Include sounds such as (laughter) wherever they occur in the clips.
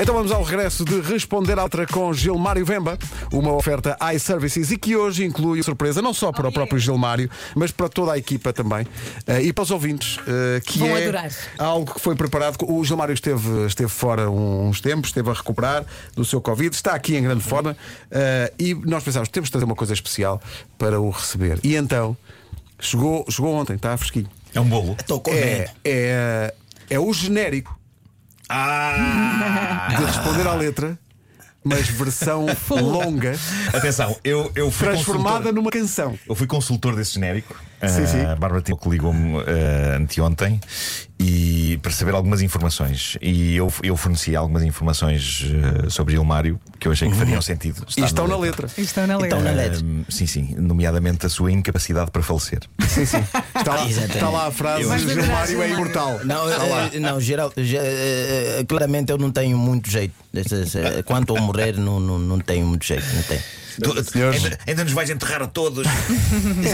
Então vamos ao regresso de Responder Altra com Gilmário Vemba, uma oferta iServices e que hoje inclui surpresa não só para o próprio Gilmário, mas para toda a equipa também eh, e para os ouvintes, eh, que Vão é adorar. algo que foi preparado. O Gilmário esteve, esteve fora uns tempos, esteve a recuperar do seu Covid, está aqui em grande forma eh, e nós pensámos, temos de fazer uma coisa especial para o receber. E então, chegou, chegou ontem, está fresquinho. É um bolo. Estou Então, com É, é, é o genérico Ah! (laughs) de responder à letra, mas versão longa, Atenção, eu, eu fui transformada consultor- numa canção. Eu fui consultor desse genérico. Sim, Ah, sim. A Bárbara Tico ligou-me ah, anteontem e para saber algumas informações. E eu, eu forneci algumas informações ah, sobre Ilmário que eu achei que fariam sentido. Uhum. E estão na letra. Estão na Então, letra. na letra. Ah, sim, sim. Nomeadamente a sua incapacidade para (laughs) falecer. Sim, sim. Está lá, Exatamente. está lá a frase: Eu acho que- Gilmário é imortal. Não, Está lá. eh, não geral, ge- eh, claramente eu não tenho muito jeito. Esse- esse- Quanto ao morrer, não, não, não tenho muito jeito. Não tenho. Tu- ainda, ainda nos vais enterrar a todos.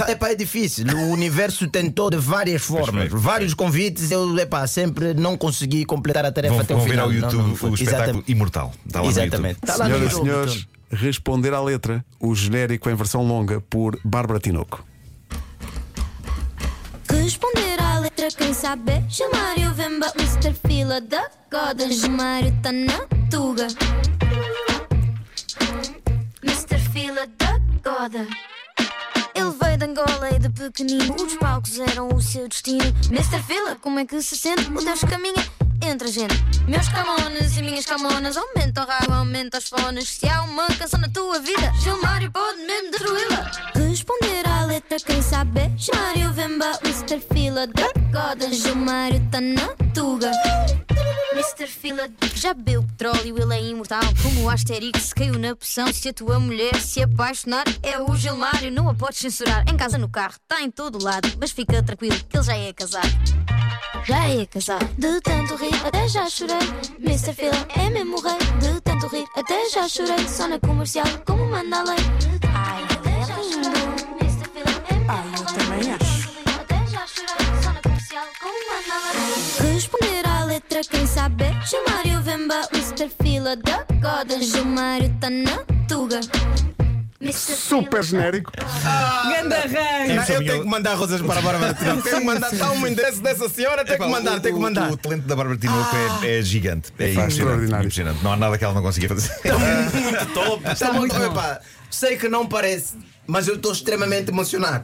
Epá, é difícil. O universo tentou de várias Pois formas, foi. vários convites. Eu epá, sempre não consegui completar a tarefa Vão, até o vão ver final. ao Não, YouTube não foi. o espetáculo Exatamente. Imortal. Está lá no Exatamente. YouTube. Está lá no Senhoras e YouTube, senhores, então. responder à letra, o genérico em versão longa por Bárbara Tinoco. Responder à letra, quem sabe? Gilmário Vemba, Mr. Fila da Goda. Gilmário tá na tuga. Mr. Fila da Goda. Ele veio de Angola e de pequenino. Os palcos eram o seu destino. Mr. Fila, como é que se sente? O Deus caminha entre a gente. Meus camonas e minhas camonas, aumenta o raio, aumenta as fones. Se há uma canção na tua vida, Gilmário pode mesmo destruí-la. Responder à letra, quem sabe? Gilmário Vemba, Mr. Fila da Goda. Gilmário tá na tuga. Mr. Fila já bebeu petróleo, ele é imortal. Como o Asterix caiu na poção. Se a tua mulher se apaixonar, é o Gilmário. Não a podes censurar. Em casa, no carro, tá em todo lado. Mas fica tranquilo, que ele já é casado. Já é casado. De tanto rir, até já chorei. Mr. Fila é mesmo rei. De tanto rir, até já chorei. Só na comercial, como manda a lei. Ai, ele é lindo. Mr. Fila é mesmo Ai, eu também acho. Responder à letra, quem sabe? Gilmário Vemba, Mr. Fila da Goda. Gilmário tá na tuga. Mr. Super Um genérico. Ganda Ah, É arranjo. Não, eu tenho que mandar rosas para a Bárbara. tenho que mandar. Está um endereço dessa senhora, tenho Epá, Ah! o- o- O talento da Bárbara Tinoco é, é gigante. É, extraordinário. impressionante, impressionante. Não há nada que ela não consiga fazer. É. Está muito muito bom. epá, Sei que não parece, mas eu estou extremamente emocionado.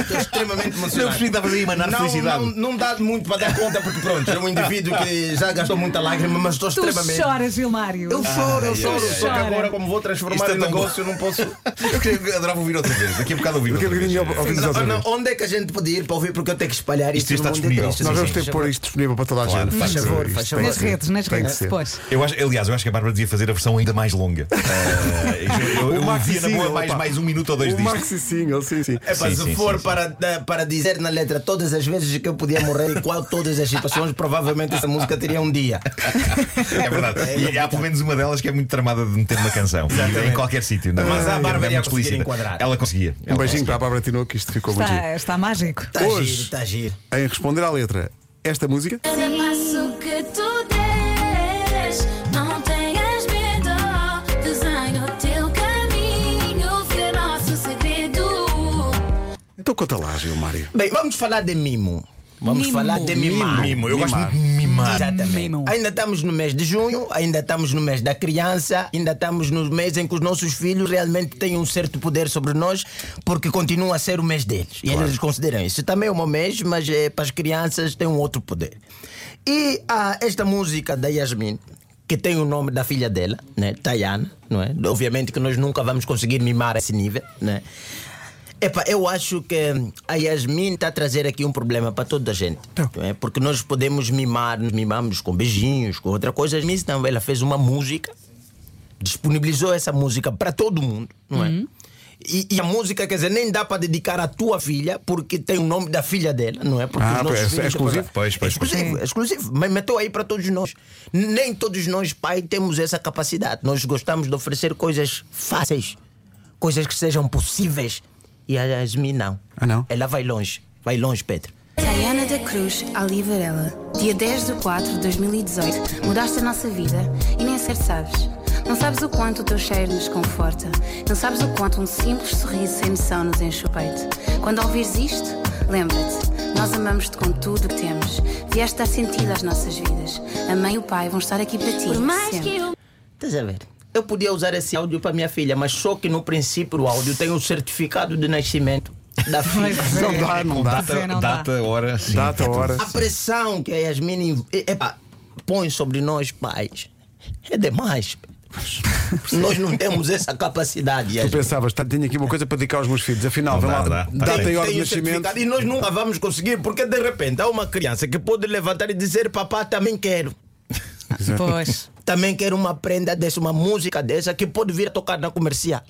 estou extremamente Não emocionado. preciso dar para emanar Não, felicidade. não, não dá muito para dar conta, porque pronto, é um indivíduo que já gastou muita lágrima, mas estou Tu extremamente. choras, Gilmário. Eu choro, eu choro, ai, só que ai. agora, como vou (laughs) transformar Isto é em tão bom. negócio, eu não posso. Eu queria- eu adorava ouvir outra vez. Daqui a bocado ouvir Daqui a outra vez. bocadinho ouvimos Não, outra não, vez. onde é que a gente pode ir para ouvir? Porque eu tenho que espalhar isto. Isto está no mundo disponível. inteiro. Nós Sim, vamos sim, ter que pôr isto disponível para toda a Claro, gente. faz Isto- é favor, isto faz tem favor. Nas que ser. redes, nas Tem que redes, ser. depois. Eu acho, aliás, eu acho que a Bárbara devia fazer a versão ainda mais (laughs) longa. Eh, eu eu, O eu maxi ouvia na boa single, mais, pá. mais um minuto ou dois O disto. maxi single, sim, sim. É pá, Sim, se sim, for sim, sim. para, da- para dizer na letra todas as vezes que eu podia morrer e qual todas as situações, provavelmente essa música teria um dia. (laughs) É verdade. E há pelo menos uma delas que é muito tramada de meter uma canção. em qualquer sítio. não é? Mas a É Bárbara muito ia conseguir explícita. enquadrar. Ela conseguia. Um beijinho Ela para conseguia. a Bárbara Tinoco, isto ficou muito giro. Está, está mágico. Está Hoje- Tá giro, está giro. Em responder à letra, esta música. Cada passo é que tu des, não tenhas medo. Desenha o teu caminho, que é nosso segredo. Então conta lá, Gilmário. Bem, vamos falar de mimo. Vamos Mimo. falar de mimar. Mimo. Eu gosto muito de mimar. Exatamente. Mimo. Ainda estamos no mês de junho, ainda estamos no mês da criança, ainda estamos no mês em que os nossos filhos realmente têm um certo poder sobre nós, porque continua a ser o mês deles. E eles consideram isso. Também é o meu mês, mas eh, para as crianças tem um outro poder. E há esta música da Yasmin, que tem o nome da filha dela, né? Tayana, não é? Obviamente que nós nunca vamos conseguir mimar a esse nível, né? Epá, eu acho que a Yasmin está a trazer aqui um problema para toda a gente. não é? Porque nós podemos mimar, nos mimamos com beijinhos, com outra coisa. A Yasmin não, ela fez uma música, disponibilizou essa música para todo mundo, não é? E, e a música, quer dizer, nem dá para dedicar à tua filha, porque tem o nome da filha dela, não é? Porque Ah, os nossos é- é filhos- exclusivo? Pois, pois, pois. exclusivo, exclusivo. Mas meteu aí para todos nós. Nem todos nós, pai, temos essa capacidade. Nós gostamos de oferecer coisas fáceis, coisas que sejam possíveis. E a Yasmin não. Ah, não? Ela vai longe. Vai longe, Pedro. Diana da Cruz, Ali Varela. Dia 10 de 4 de 2018. Mudaste a nossa vida e nem ser, sabes? Não sabes o quanto o teu cheiro nos conforta. Não sabes o quanto um simples sorriso sem noção nos enche o peito. Quando ouvires isto, lembra-te. Nós amamos-te com tudo o que temos. Vieste dar sentido às nossas vidas. A mãe e o pai vão estar aqui para ti. Por mais sempre. que eu Estás a ver? Eu podia usar esse áudio para minha filha, mas só que no princípio o áudio tem o certificado de nascimento (laughs) da filha. Pois é. dá, não dá. Pois é, Data, não dá. data, hora, sim. É Data, tudo. hora. A pressão que a Yasmin inv- e- epá, põe sobre nós pais é demais. (laughs) nós não temos essa capacidade. Tu Yasmin. pensavas, tá, tenho aqui uma coisa para dedicar aos meus filhos. Afinal, Não vem dá, lá, dá. data Tem- e hora Tem de o nascimento. certificado E nós nunca vamos conseguir, porque de repente há uma criança que pode levantar e dizer: Papá, também quero. Pois. Também quero uma prenda dessa, uma música dessa que pode vir a tocar na comercial.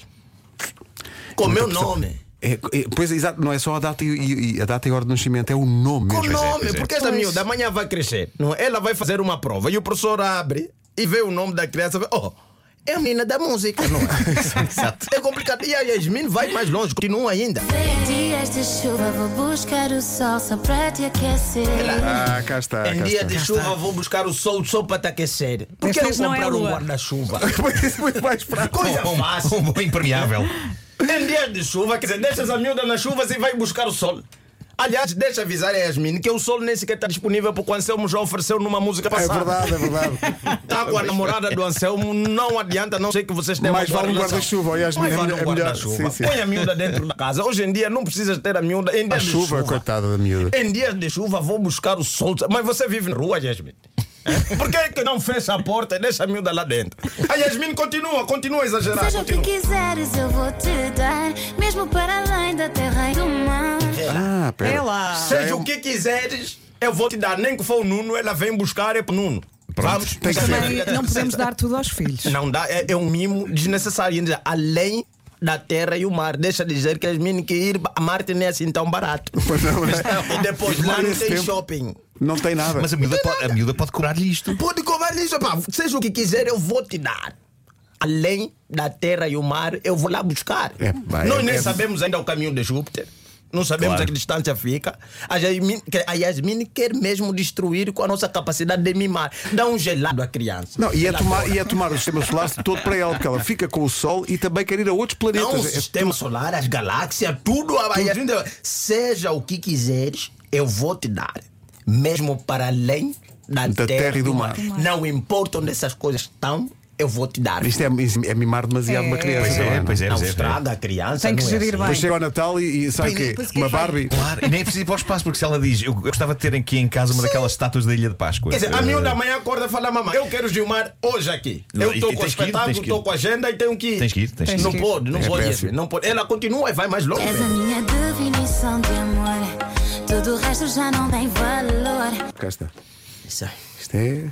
Com meu nome. É, é, pois é, exato, não é só a data e, e- e a data e hora de nascimento, é o nome. Com mesmo. nome, pois é. porque essa miúda amanhã vai crescer. Não? é? Ela vai fazer uma prova e o professor abre e vê o nome da criança e vê, oh, é a menina da música, não é? Exato. É complicado. E a Yasmin vai mais longe, continua ainda. Dias de chuva, vou buscar o sol só para te aquecer. Ah, cá está. em cá dia está. de chuva vou buscar o sol só para te aquecer. Por que Desta vez não não é comprar um lua. guarda-chuva? (laughs) Pois, é muito mais para Coisa fácil. Um bom impermeável. em dias de chuva, quer dizer, deixas a miúda na chuva e vai buscar o sol. Aliás, deixa avisar a Yasmin que o sol nem sequer está disponível porque o Anselmo já ofereceu numa música É passada. verdade, é verdade. Tá com a namorada do Anselmo, não adianta, não sei que vocês têm Mais uma boa vale um relação. guarda-chuva, olha, as Mais meninas- vale é um melhor, sim, guarda-chuva. sim. Põe a miúda dentro da casa. Hoje em dia não precisas ter a miúda em A dias de chuva, chuva. coitada da miúda. Em dias de chuva vou buscar o sol. Mas você vive na rua, Yasmin. Por que, é que não fecha a porta e deixa a miúda lá dentro? A Yasmin continua, continua a exagerar. Seja o que continua. quiseres, eu vou te dar, mesmo para além da terra e do mar. Ah, pera. É lá. é Seja um- o que quiseres, eu vou te dar. Nem que for o Nuno, ela vem buscar é pro Nuno. Pronto, tem que Também não podemos dar tudo aos filhos. Não dá, é, é um mimo desnecessário. Ainda Além da terra e o mar. Deixa de dizer que as meninas que ir a Marte nem é assim (laughs) tão barato. Pois não, é? E depois lá não Nesse tem tempo, shopping. Não tem nada. Mas a miúda, pode, a miúda pode curar-lhe isto. Pode comer lixo, pá. Seja o que quiser, eu vou te dar. Além da terra e o mar, eu vou lá buscar. É, pá, é- Nós nem é- sabemos ainda o caminho de Júpiter. Não sabemos Claro. a que distância fica. A Yasmin, a Yasmin quer mesmo destruir com a nossa capacidade de mimar. Dá um gelado à criança. Não, e é, Ela tomar, adora. e é tomar o sistema solar todo para ela, porque ela fica com o Sol e também quer ir a outros planetas. Não, o É- um sistema solar, as galáxias, tudo. a- a- tudo. Seja o que quiseres, eu vou te dar. Mesmo para além da, Da terra e do mar. Não importa onde essas coisas estão, eu vou te dar. Isto é, é mimar demasiado É. uma criança. Pois é, também, não pois é, não pois é. estraga a criança. Tem que não é gerir assim. bem. Depois chega ao Natal e, e sabe o quê? Pois que Uma faz? Barbie. Claro, e nem é preciso ir para o espaço, porque se ela diz, eu, eu gostava de ter aqui em casa uma daquelas estátuas da Ilha de Páscoa. Quer dizer, a é Eh, miúda amanhã acorda e fala, mamãe, eu quero Gilmar hoje aqui. Não, Eu e- estou e com o tens que ir, espetáculo, tens que ir. estou com a agenda e tenho que ir. Tens que ir, tens que Não ir. pode, não É pode, péssimo. não pode. Ela continua e vai mais longe. És a minha definição de amor. Todo o resto já não tem valor. Cá está. Isso aí. Isto é.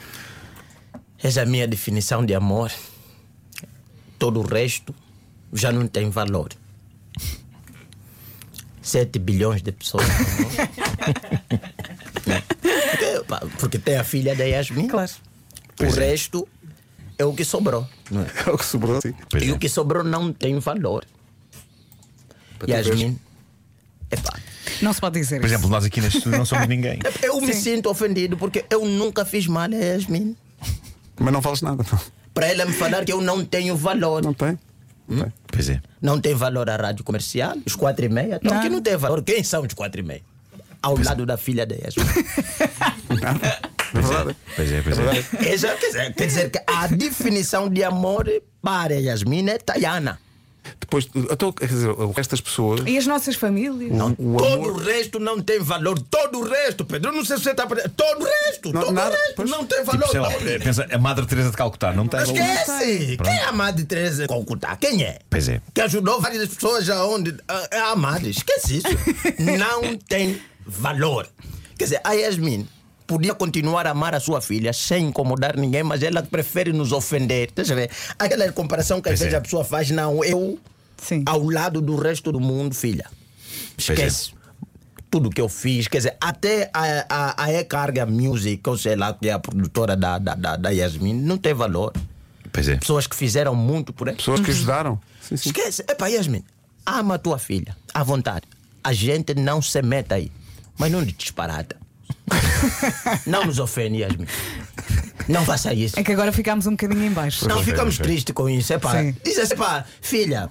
(laughs) Essa é a minha definição de amor. Todo o resto já não tem valor. 7 bilhões de pessoas. porque, pá, porque tem a filha da Yasmin. Claro. O resto é o que sobrou. É o que sobrou, sim. Pois e é. o que sobrou não tem valor. Para tu Yasmin. Epá, Não se pode dizer Por isso. exemplo, nós aqui neste estúdio não (laughs) somos ninguém. eu me sinto ofendido porque eu nunca fiz mal a Yasmin. Mas não falas nada, não. Para ela me falar que eu não tenho valor. Não tem? Não tem. Pois é. Não tem valor a rádio comercial, os quatro e meia. Não, Não. que não tem valor. Quem são os quatro e meia? Ao lado da filha da Yasmin. (laughs) É verdade. Pois é, pois é. Essa, quer, dizer, quer dizer que a definição de amor para a Yasmin é Tayana. Depois, então, quer dizer, o resto das pessoas. E as nossas famílias? o- o todo amor- o resto não tem valor. Todo o resto, Pedro. Eu não sei se você está. Todo o resto. Não, todo nada, o resto pois. não tem Tipo, valor. sei lá, é, Olha, pensa, a Madre Teresa de Calcutá não tem. Esquece! Tá Quem é a Madre Teresa de Calcutá? Quem é? Pois é. Que ajudou várias pessoas aonde. ah, É a Madre, (laughs) esquece isso. Não tem valor. Quer dizer, a Yasmin podia continuar a amar a sua filha sem incomodar ninguém, mas ela prefere nos ofender. Deixa eu ver. Aquela comparação que Pois às é. vezes a pessoa faz, não, eu Sim. ao lado do resto do mundo, filha. é. Esquece. Tudo que eu fiz, quer dizer, até a, a, a E-Carga Music, ou sei lá, que é a produtora da, da, da, da Yasmin, não tem valor. Pois é. Pessoas que fizeram muito por ela. Pessoas que ajudaram. Sim, sim. Esquece. Epá, Yasmin, ama a tua filha, à vontade. A gente não se mete aí. Mas não de disparada. não nos ofende, Yasmin. Não faça isso. É que agora ficámos um bocadinho em baixo. Não Ok, ficamos ok. tristes com isso. É pá. Sim. Diz assim, pá, filha,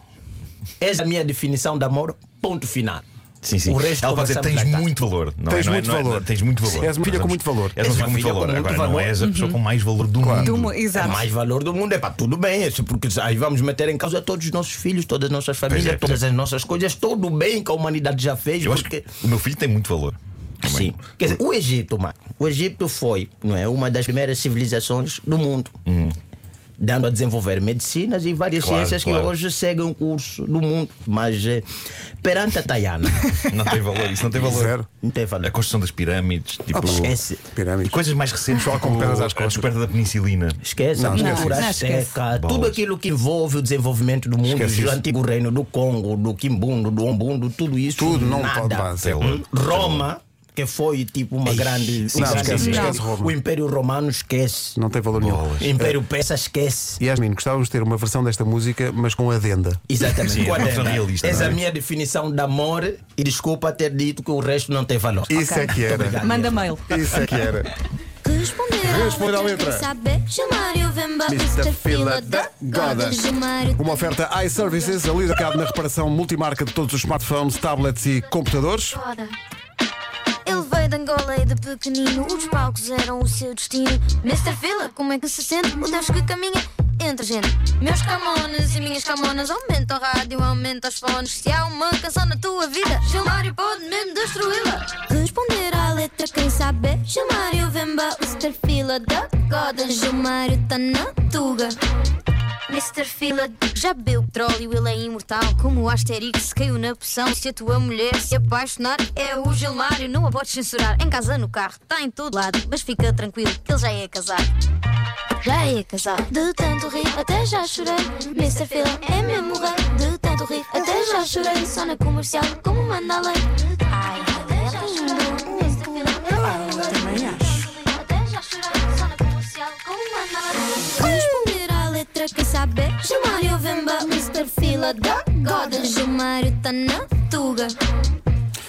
essa é a minha definição de amor, ponto final. Sim, sim. O resto Ela pode dizer, começamos tens a tratar." muito valor. Não é? Tens Não é- muito não é- valor. Tens muito valor. És uma filha com muito valor. És uma filha com muito valor. muito Agora não valor. és a pessoa com mais valor do mundo. Do mu- É Exato. mais valor do mundo, é pá, tudo bem, isso, porque aí vamos meter em causa todos os nossos filhos, todas as nossas famílias, é, pois todas as nossas coisas, todo o bem que a humanidade já fez, Eu acho porque. que o meu filho tem muito valor. Sim. Quer dizer, o Egito, mano, o Egito foi não é, uma das primeiras civilizações do mundo. Dando a desenvolver medicinas e várias Uhum. Claro, ciências claro. que hoje seguem o curso do mundo. Mas eh, perante a Tayana, Não tem valor. Isso não tem valor. Zero. não tem A valor. construção das pirâmides, tipo. esquece. Pirâmides. Coisas mais recentes, Só com como pedras às a costas. descoberta da penicilina. Esquece é Não, a esquece cultura isso. Não, esquece. seca, tudo Bolas. aquilo que envolve o desenvolvimento do mundo, Esquece do isso. antigo reino do Congo, do Quimbundo, do Ombundo, tudo isso. Tudo, não pode nada. Hum? base. Roma, que foi tipo uma grande. um não, grande esquece, império. esquece Roma. O Império Romano esquece. Não é. tem valor nenhum. Bolas. O Império Persa esquece. E Yasmin, gostávamos de ter uma versão desta música, mas com adenda. Exatamente. Sim, Qual é uma é? versão realista, Essa é não a é? minha definição de amor e desculpa ter dito que o resto não tem valor. Isso é que era. obrigado. Manda mail. Isso é que era. Responder, Responder à letra. Quem saber chamar e ouvemba Mr. Fila da Goda. Gemário Uma oferta iServices, a líder cabe na reparação multimarca de todos os smartphones, tablets e computadores. fora. Ele veio de Angola e de pequenino Os palcos eram o seu destino Mr. Fila, como é que se sente? O Deus que caminha entre a gente Meus camones e minhas camonas Aumenta o rádio, aumenta os fones Se há uma canção na tua vida Gilmário pode mesmo destruí-la Responder à letra, quem sabe é Gilmário Vemba, o Mr. Fila da Goda Gilmário tá na tuga Mr. Fila já bebeu petróleo, ele é imortal. Como o Asterix caiu na poção. Se a tua mulher se apaixonar, é o Gilmário. Não a podes censurar. Em casa, no carro, tá em todo lado. Mas fica tranquilo, que ele já é casado. Já é casado. De tanto rir, até já chorei. Mr. Fila é mesmo rei. De tanto rir, até já chorei. Só na comercial, como manda a lei. Ai, até já chorei. é Mr. Fila, também acho. Até já chorei. Só na comercial, como manda a lei. Responder à letra quem sabe Gilmário Vemba, Mr. Fila da Goda Gilmário tá na tuga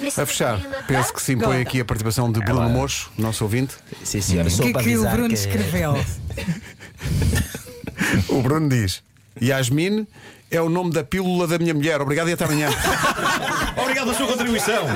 é A fechar, penso que se impõe aqui a participação de Bruno Mocho, nosso ouvinte. Sim, senhora, O só que é para que o avisar Bruno que- escreveu? O Bruno diz: (laughs) Yasmin é o nome da pílula da minha mulher. Obrigado e até amanhã. Obrigado pela sua contribuição.